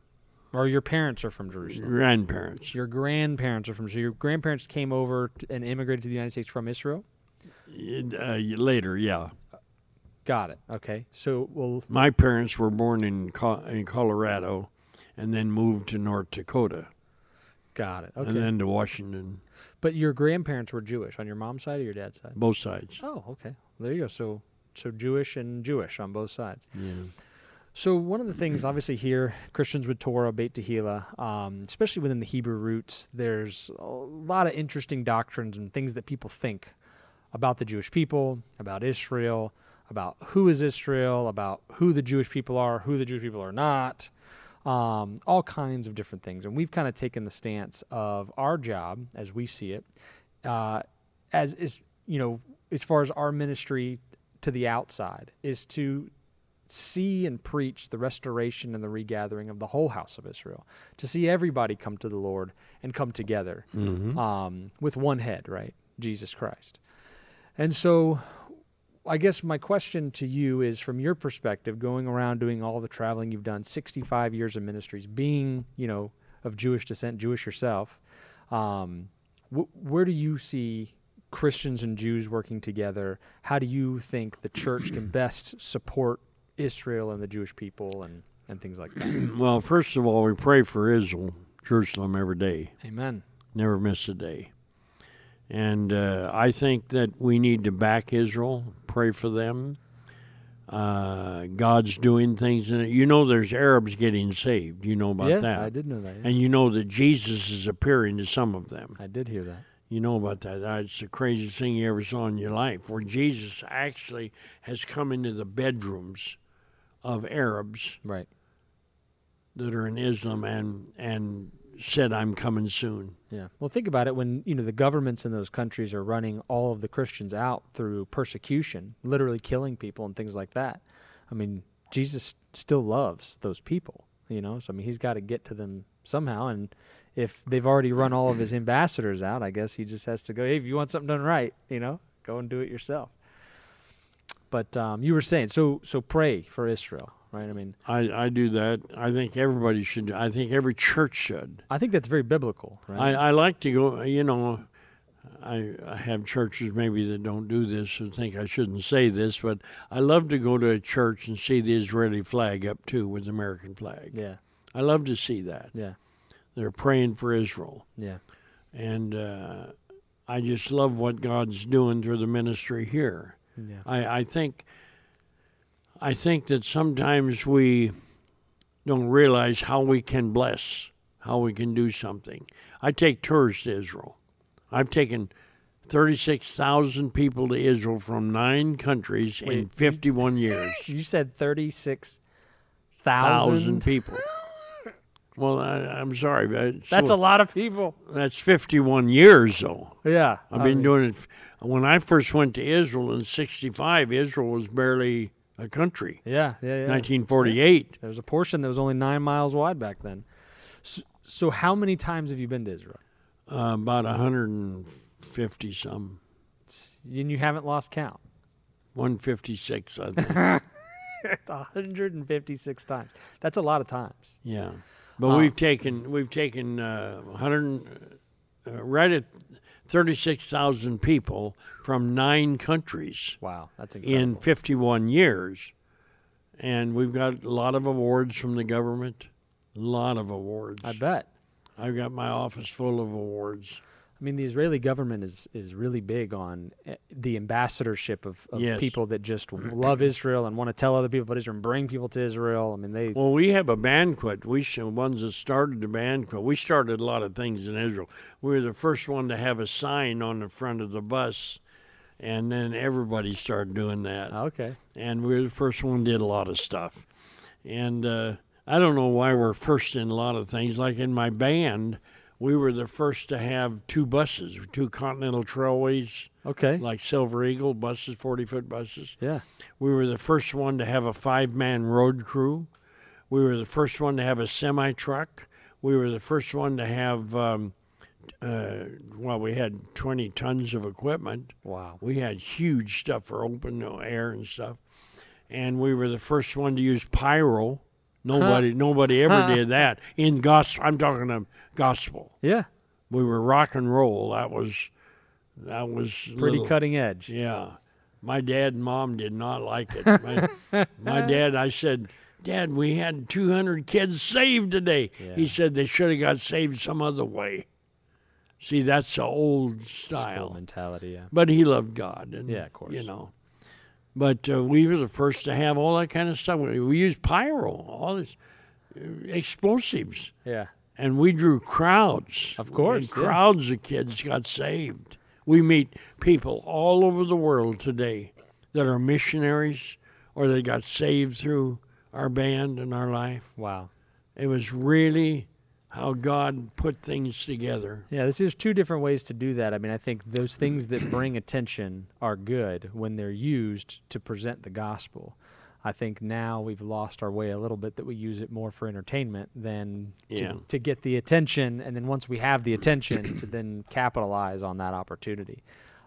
or your parents are from Jerusalem.
Grandparents.
Your grandparents are from. So your grandparents came over t and immigrated to the United States from Israel.
Uh, later, yeah.
Got it. Okay. So well.
My parents were born in, Co- in Colorado, and then moved to North Dakota
Got it. Okay.
and then to Washington,
but your grandparents were Jewish on your mom's side or your dad's side?
both sides.
Oh, okay. There you go. So, so Jewish and Jewish on both sides.
Yeah.
So one of the things, obviously, here Christians with Torah, Beit Tehillah, um, especially within the Hebrew roots, there's a lot of interesting doctrines and things that people think about the Jewish people, about Israel, about who is Israel, about who the Jewish people are, who the Jewish people are not, um, all kinds of different things. And we've kind of taken the stance of our job, as we see it, uh, as is you know, as far as our ministry to the outside, is to see and preach the restoration and the regathering of the whole house of Israel, to see everybody come to the Lord and come together um, with one head, right? Jesus Christ. And so I guess my question to you is from your perspective, going around doing all the traveling you've done, 65 years of ministries, being, you know, of Jewish descent, Jewish yourself, um, wh- where do you see Christians and Jews working together? How do you think the church can best support Israel and the Jewish people and, and things like that?
Well, first of all, we pray for Israel, Jerusalem, every day.
Amen.
never miss a day. And uh, I think that we need to back Israel, pray for them. Uh, God's doing things, and you know there's Arabs getting saved. You know about
yeah,
that,
I did know that. yeah.
and you know that Jesus is appearing to some of them.
I did hear that.
You know about that. Uh, It's the craziest thing you ever saw in your life, where Jesus actually has come into the bedrooms of Arabs
Right.
that are in Islam and and said, "I'm coming soon."
Yeah. Well, think about it. When you know the governments in those countries are running all of the Christians out through persecution, literally killing people and things like that. I mean, Jesus still loves those people. You know, so I mean, he's got to get to them somehow. And if they've already run all of his ambassadors out, I guess he just has to go. Hey, if you want something done right, you know, go and do it yourself. But um, you were saying so. So pray for Israel, right? I mean,
I, I do that. I think everybody should. do- I think every church should.
I think that's very biblical, right?
I, I like to go. You know, I, I have churches maybe that don't do this and think I shouldn't say this, but I love to go to a church and see the Israeli flag up too with the American flag.
yeah.
I love to see that.
Yeah.
They're praying for Israel,
Yeah.
and uh, I just love what God's doing through the ministry here.
Yeah.
I, I think I think that sometimes we don't realize how we can bless, how we can do something. I take tours to Israel. I've taken 36,000 people to Israel from nine countries in 51 years.
You said 36,000.
Thousand people. Well, I, I'm sorry, but
That's
so-
a lot of people.
that's 51 years though.
Yeah.
I've been doing it. f- When I first went to Israel in '65, Israel was barely a country.
Yeah, yeah, yeah.
1948.
There was a portion that was only nine miles wide back then. So, so how many times have you been to Israel?
Uh, about 150 some,
And you haven't lost count.
156, I think.
156 times. That's a lot of times.
yeah, but we've taken we've taken uh, 100 uh, right at 36,000 people from nine countries
Wow, that's incredible.
in 51 years, and we've got a lot of awards from the government. A lot of awards.
I bet.
I've got my office full of awards.
I mean, the Israeli government is is really big on eh, the ambassadorship of, of
Yes.
people that just love Israel and want to tell other people about Israel and bring people to Israel. I mean, they
Well, we have a banquet. We sh- ones that started the banquet. We started a lot of things in Israel. We were the first one to have a sign on the front of the bus, and then everybody started doing that.
Ah, okay.
And we were the first one did a lot of stuff. And uh, I don't know why we're first in a lot of things. Like in my band, we were the first to have two buses, two Continental Trailways,
Okay.
like Silver Eagle buses, forty foot buses.
yeah.
We were the first one to have a five man road crew. We were the first one to have a semi truck. We were the first one to have, um, uh, well, we had 20 tons of equipment.
Wow.
We had huge stuff for open air and stuff. And we were the first one to use pyro. Nobody, nobody ever did that in gospel. I'm talking of gospel.
Yeah.
We were rock and roll. That was, that was
Pretty
little-
cutting edge.
yeah. My dad and mom did not like it. My, my dad, I said, Dad, we had 200 kids saved today. He
Yeah.
said they should have got saved some other way. See, that's the old
School
style.
mentality. Yeah.
But he loved God. And,
Yeah, of course.
You know. But uh, we were the first to have all that kind of stuff. We, we used pyro, all this uh, explosives.
Yeah.
And we drew crowds.
Of course,
And
yeah.
crowds of kids got saved. We meet people all over the world today that are missionaries or they got saved through our band and our life.
Wow.
It was really how God put things together.
Yeah, this is two different ways to do that. I mean, I think those things that bring attention are good when they're used to present the gospel. I think now we've lost our way a little bit that we use it more for entertainment than to,
Yeah.
to get the attention, and then once we have the attention, to then capitalize on that opportunity.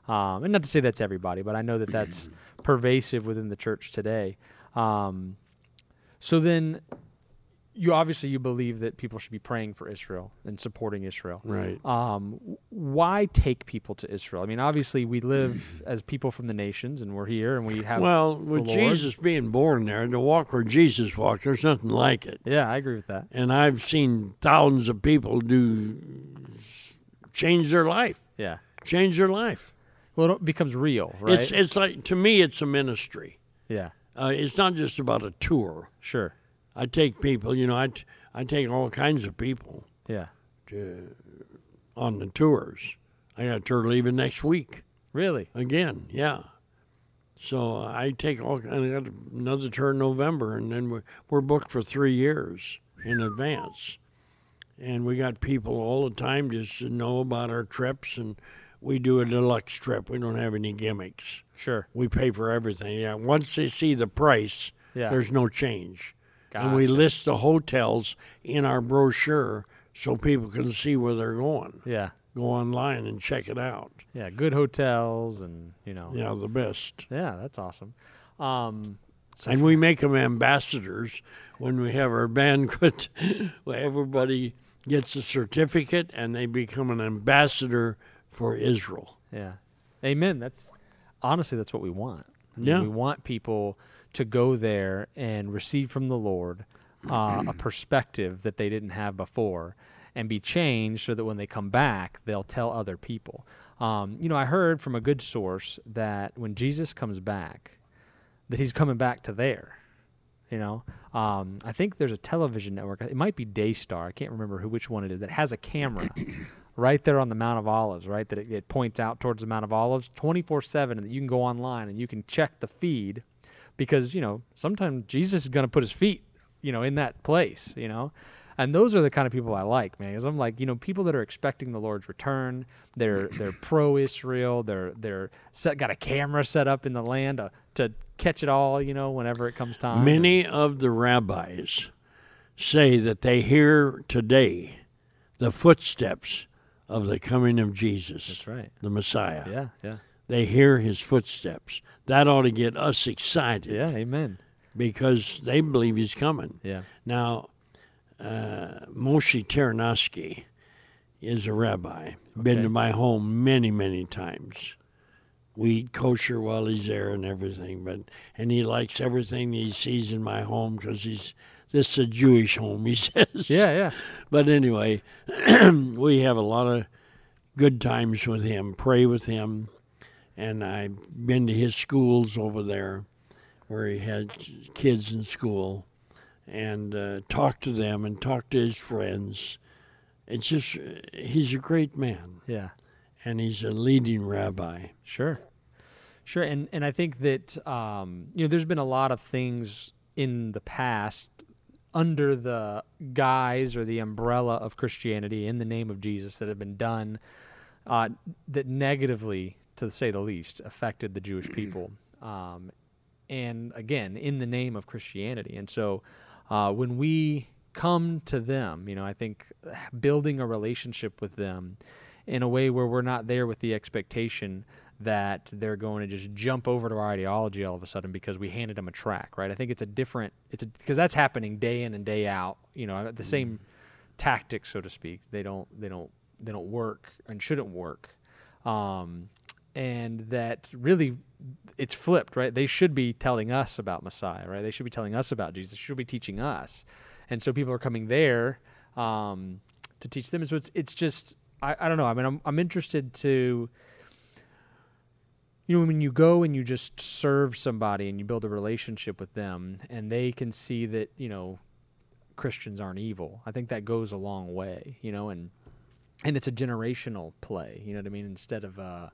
Um, and not to say that's everybody, but I know that that's pervasive within the church today. Um, so then, you obviously you believe that people should be praying for Israel and supporting Israel
Right.
um, w- why take people to Israel? I mean, obviously, we live as people from the nations, and we're here, and we have.
Well, with
Lord.
Jesus being born there, to walk where Jesus walked, there's nothing like it.
yeah, I agree with that.
And I've seen thousands of people do change their life,
Yeah.
change their life.
Well, it becomes real, right?
It's it's like to me, it's a ministry.
yeah,
Uh, it's not just about a tour.
sure.
I take people, you know, I, t- I take all kinds of people
Yeah,
on the tours. I got a tour leaving next week
really.
again. Yeah. So I take all. I got another tour in November, and then we're, we're booked for three years in advance. And we got people all the time just to know about our trips, and we do a deluxe trip. We don't have any gimmicks.
Sure.
We pay for everything. Yeah. Once they see the price,
Yeah.
there's no change. And we list the hotels in our brochure so people can see where they're going.
Yeah,
Go online and check it out.
yeah. Good hotels, and you know. Yeah,
Yeah, the best.
that's awesome. Um, so
And we make them ambassadors when we have our banquet. where everybody gets a certificate and they become an ambassador for Israel.
yeah, amen. That's honestly that's what we want. I mean,
Yeah.
we want people to go there and receive from the Lord uh, a perspective that they didn't have before and be changed so that when they come back, they'll tell other people. Um, you know, I heard from a good source that when Jesus comes back, that he's coming back to there. You know, um, I think there's a television network. It might be Daystar. I can't remember who which one it is that has a camera right there on the Mount of Olives, right? That it, it points out towards the Mount of Olives 24 7, and that you can go online and you can check the feed because, you know, sometimes Jesus is going to put his feet, you know, in that place, you know? And those are the kind of people I like, man. Because I'm like, you know, people that are expecting the Lord's return. They're they're pro Israel. They're they're set, got a camera set up in the land to, to catch it all. You know, whenever it comes time.
Many of the rabbis say that they hear today the footsteps of the coming of Jesus.
That's right.
The Messiah.
Yeah, yeah,
They hear his footsteps. That ought to get us excited
yeah. Amen.
because they believe he's coming.
Yeah.
Now, uh, Moshe Teranoski is a rabbi. Been
Okay.
to my home many, many times. We eat kosher while he's there and everything, but and he likes everything he sees in my home because he's this is a Jewish home, he says.
Yeah, yeah.
But anyway, we have a lot of good times with him, pray with him, and I've been to his schools over there where he had kids in school and uh, talked to them and talked to his friends. It's just, he's a great man
Yeah.
and he's a leading rabbi.
Sure, sure, and and I think that um, you know there's been a lot of things in the past under the guise or the umbrella of Christianity in the name of Jesus that have been done uh, that negatively, to say the least, affected the Jewish people. Um, and again, in the name of Christianity. And so uh, when we come to them, you know, I think building a relationship with them in a way where we're not there with the expectation that they're going to just jump over to our ideology all of a sudden because we handed them a track, right? I think it's a different, it's because that's happening day in and day out, you know, the same tactics, so to speak. They don't, they don't, they don't work and shouldn't work um, and that really it's flipped, right? They should be telling us about Messiah, right? They should be telling us about Jesus. They should be teaching us, and so people are coming there um, to teach them. And so it's it's just I, I don't know. I mean, I'm I'm interested to you know when you go and you just serve somebody and you build a relationship with them, and they can see that you know Christians aren't evil. I think that goes a long way, you know, and and it's a generational play. You know what I mean? Instead of uh,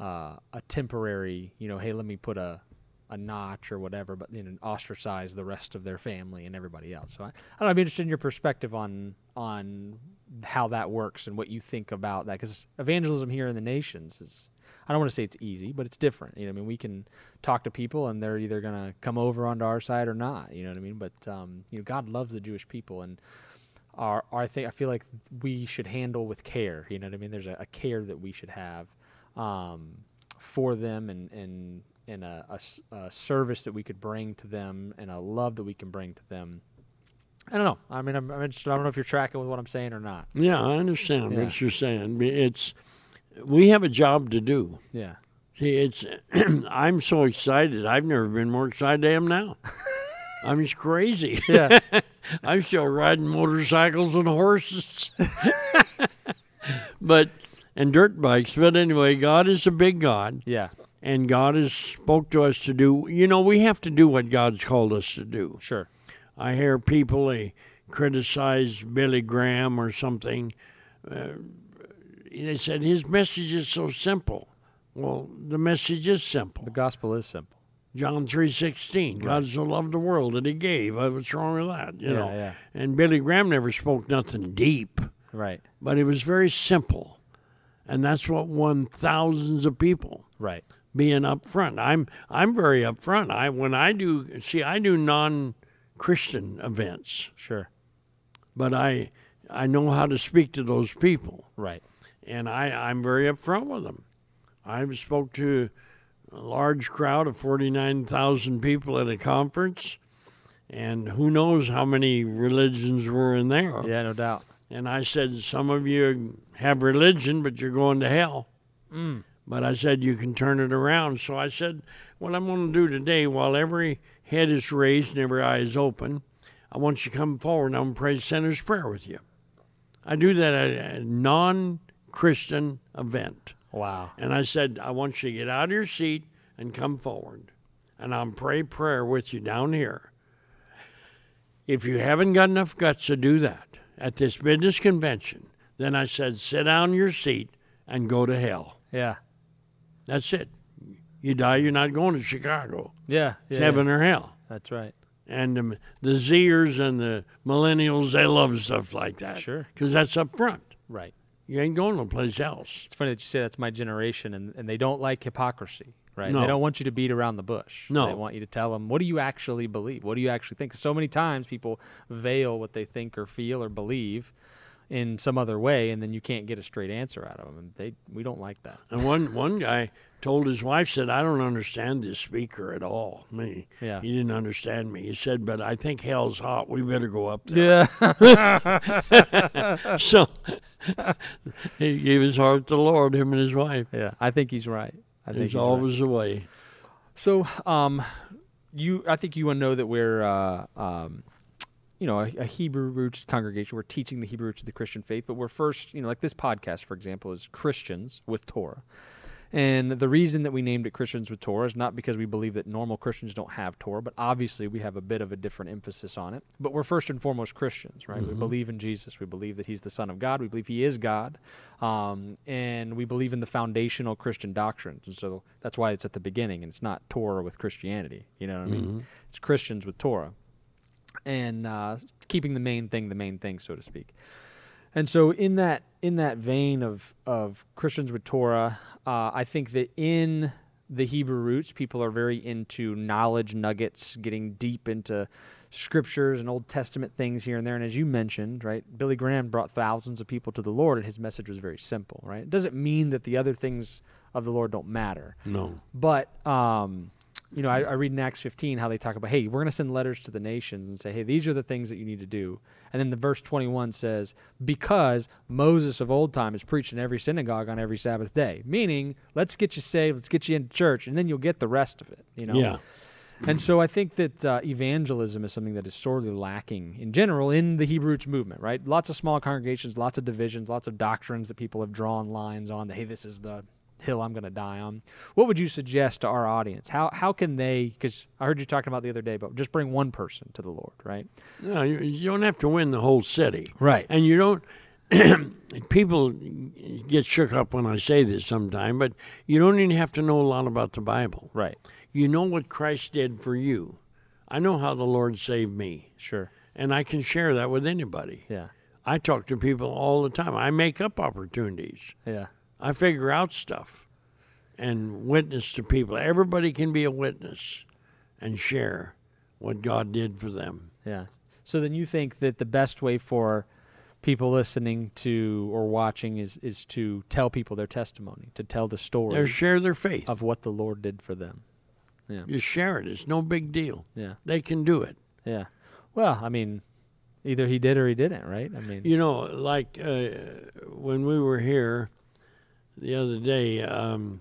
uh, a temporary, you know, hey, let me put a a notch or whatever, but you know, ostracize the rest of their family and everybody else. So I, I don't know, I'm interested in your perspective on on how that works and what you think about that because evangelism here in the nations is I don't want to say it's easy, but it's different. You know, I mean, we can talk to people and they're either gonna come over onto our side or not. You know what I mean? But um, you know, God loves the Jewish people and are, are I think I feel like we should handle with care. You know what I mean? There's a, a care that we should have um, for them and and and a, a s- a service that we could bring to them and a love that we can bring to them. I don't know. I mean, I'm, I'm interested. I don't know if you're tracking with what I'm saying or not.
Yeah, I understand
Yeah.
what you're saying. Be- It's we have a job to do.
Yeah.
See, it's I'm so excited. I've never been more excited I am now. I'm just crazy.
Yeah.
I'm still riding motorcycles and horses. but and dirt bikes. But anyway, God is a big God
yeah.
and God has spoke to us to do you know, we have to do what God's called us to do.
Sure.
I hear people they criticize Billy Graham or something. Uh, they said his message is so simple. Well, the message is simple.
The gospel is simple.
John three sixteen. God so loved the world that He gave. Uh, What's wrong with that? You
Yeah,
know.
yeah.
And Billy Graham never spoke nothing deep,
Right.
but it was very simple, and that's what won thousands of people
Right.
being upfront. I'm I'm very upfront. I when I do see I do non Christian events,
Sure.
but I I know how to speak to those people,
Right.
and I I'm very upfront with them. I've spoke to a large crowd of forty nine thousand people at a conference, and who knows how many religions were in there.
Yeah. No doubt.
And I said, Some of you have religion, but you're going to hell. But I said, You can turn it around. So I said, What I'm going to do today, while every head is raised and every eye is open, I want you to come forward and I'm going to pray sinner's prayer with you. I do that at a non Christian event.
Wow.
And I said, I want you to get out of your seat and come forward. And I'll pray prayer with you down here. If you haven't got enough guts to do that at this business convention, then I said, sit down in your seat and go to hell.
Yeah.
That's it. You die, you're not going to Chicago.
Yeah.
It's
yeah, yeah.
heaven or hell.
That's right.
And the, the Zers and the millennials, they love stuff like that.
Sure.
Because that's up front.
Right.
You ain't going no place else.
It's funny that you say that's my generation, and, and they don't like hypocrisy, right?
No.
They don't want you to beat around the bush.
No.
They want you to tell them, what do you actually believe? What do you actually think? 'Cause so many times people veil what they think or feel or believe in some other way, and then you can't get a straight answer out of them. And they, we don't like that.
And one one guy told his wife said, "I don't understand this speaker at all." Me,
Yeah.
he didn't understand me. He said, "But I think hell's hot. We better go up there."
Yeah.
so he gave his heart to the Lord. Him and his wife.
yeah. I think he's right. I think
There's
he's right.
always a way.
So, um, you, I think you want to know that we're, uh, um, you know, a, a Hebrew roots congregation. We're teaching the Hebrew roots of the Christian faith, but we're first, you know, like this podcast, for example, is Christians with Torah. And the reason that we named it Christians with Torah is not because we believe that normal Christians don't have Torah, but obviously we have a bit of a different emphasis on it. But we're first and foremost Christians, right? We believe in Jesus. We believe that He's the Son of God. We believe He is God. Um, and we believe in the foundational Christian doctrines. And so that's why it's at the beginning and it's not Torah with Christianity. You know what I mean? It's Christians with Torah and uh, keeping the main thing the main thing, so to speak. And so, in that in that vein of of Christians with Torah, uh, I think that in the Hebrew roots, people are very into knowledge nuggets, getting deep into scriptures and Old Testament things here and there. And as you mentioned, right, Billy Graham brought thousands of people to the Lord, and his message was very simple. Right, it doesn't mean that the other things of the Lord don't matter
No,
but um, you know, I, I read in Acts 15 how they talk about, hey, we're going to send letters to the nations and say, hey, these are the things that you need to do. And then the verse 21 says, because Moses of old time is preached in every synagogue on every Sabbath day, meaning, let's get you saved, let's get you into church, and then you'll get the rest of it, you know?
Yeah.
And so I think that uh, evangelism is something that is sorely lacking in general in the Hebrew Roots movement, right? Lots of small congregations, lots of divisions, lots of doctrines that people have drawn lines on. That, hey, this is the hill I'm going to die on. What would you suggest to our audience? How how can they? Because I heard you talking about the other day, but just bring one person to the Lord, right?
No, you, you don't have to win the whole city.
Right.
And you don't. people get shook up when I say this sometime, but you don't even have to know a lot about the Bible.
Right.
You know what Christ did for you. I know how the Lord saved me,
Sure.
and I can share that with anybody.
Yeah.
I talk to people all the time. I make up opportunities.
Yeah.
I figure out stuff and witness to people. Everybody can be a witness and share what God did for them.
Yeah. So then you think that the best way for people listening to or watching is is to tell people their testimony, to tell the story.
They share their faith.
of what the Lord did for them.
You share it. It's no big deal.
Yeah,
They can do it.
yeah. Well, I mean, either he did or he didn't, right? I mean,
You know, like uh, when we were here the other day, um,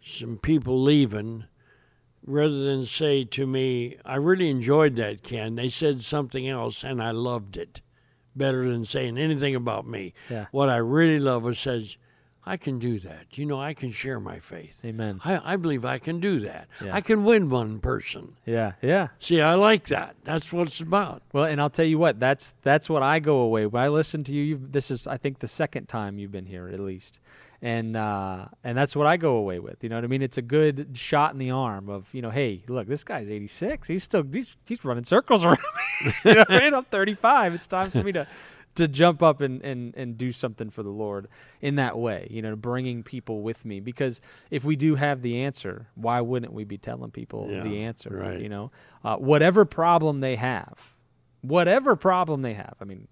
some people leaving, rather than say to me, I really enjoyed that, Ken, they said something else and I loved it better than saying anything about me.
Yeah.
What I really love was says, I can do that. You know, I can share my faith.
amen.
I, I believe I can do that.
Yeah.
I can win one person.
Yeah, yeah.
See, I like that. That's what it's about.
Well, and I'll tell you what, that's that's what I go away. When I listen to you, you've, this is I think the second time you've been here at least, and uh, and that's what I go away with. You know what I mean? It's a good shot in the arm of you know, hey, look, this guy's 86. He's still he's, he's running circles around me. you know what I mean? I'm 35. It's time for me to to jump up and, and, and do something for the Lord in that way, you know, bringing people with me. Because if we do have the answer, why wouldn't we be telling people
Yeah,
the answer?
right.
You know, uh, whatever problem they have, whatever problem they have, I mean,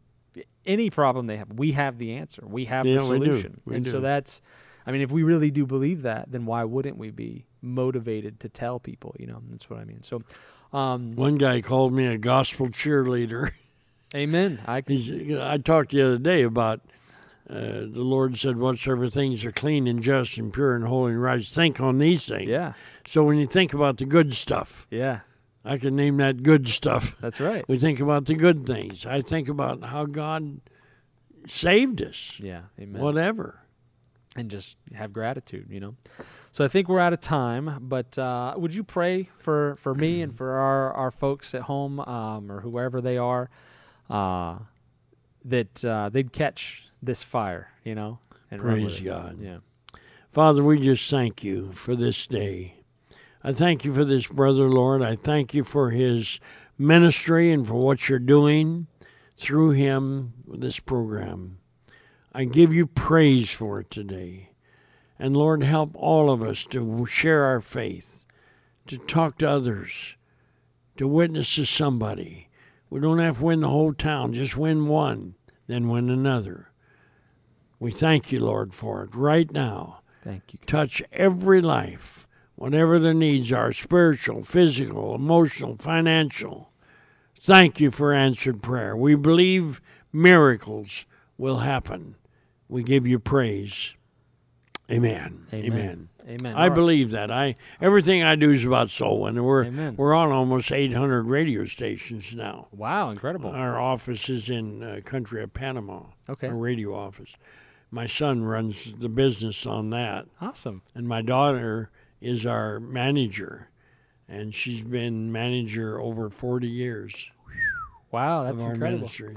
any problem they have, we have the answer. We have the
Yeah, we do.
solution.
We
and so
do.
that's, I mean, if we really do believe that, then why wouldn't we be motivated to tell people, you know, that's what I mean. So, um,
One guy called me a gospel cheerleader.
amen. I can,
He's, I talked the other day about uh, the Lord said, Whatsoever things are clean and just and pure and holy and righteous, think on these things.
yeah,
So when you think about the good stuff,
yeah,
I can name that good stuff.
that's right.
We think about the good things. I think about how God saved us,
Yeah, amen.
whatever.
and just have gratitude, you know. So I think we're out of time, but uh, would you pray for, for me and for our, our folks at home um, or whoever they are uh, that uh, they'd catch this fire, you know? And run with
Praise
it.
God.
Yeah.
Father, we just thank you for this day. I thank you for this brother, Lord. I thank you for his ministry and for what you're doing through him with this program. I give you praise for it today. And Lord, help all of us to share our faith, to talk to others, to witness to somebody. We don't have to win the whole town, just win one, then win another. We thank you, Lord, for it right now
Thank you.
touch every life, whatever their needs are spiritual, physical, emotional, financial. Thank you for answered prayer. We believe miracles will happen. We give you praise. Amen.
Amen. Amen.
I
All right.
believe that. I everything I do is about soul winning. We're
Amen.
we're on almost 800 radio stations now.
Wow, incredible.
Our office is in uh, country of Panama.
Okay.
Our radio office. My son runs the business on that
awesome.
and my daughter is our manager, and she's been manager over 40 years
Wow, that's
of our
incredible.
ministry.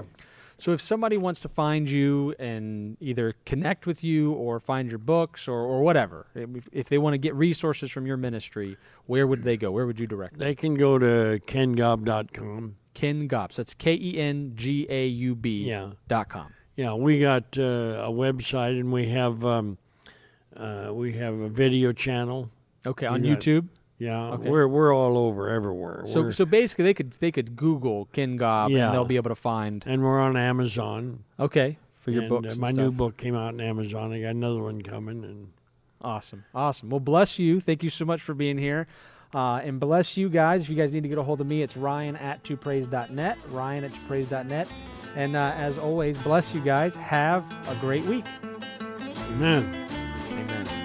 So if somebody wants to find you and either connect with you or find your books or, or whatever, if, if they want to get resources from your ministry, where would they go? Where would you direct them?
They can go to kengob.com.
Ken Gobs. That's K E N G A U B
Yeah.
dot com.
Yeah, we got uh, a website, and we have um, uh, we have a video channel.
Okay, on
got it.
YouTube.
Yeah,
Okay.
we're we're all over everywhere.
So
We're-
so basically they could they could Google Ken Gob
Yeah.
and they'll be able to find
and we're on Amazon.
Okay. For your
and,
books.
uh,
and
my new
stuff.
book came out on Amazon. I got another one coming, and
Awesome. Awesome. Well bless you. Thank you so much for being here. Uh, and bless you guys. If you guys need to get a hold of me, it's ryan at twopraise.net, ryan at twopraise.net. And uh, as always, bless you guys. Have a great week.
Amen.
Amen.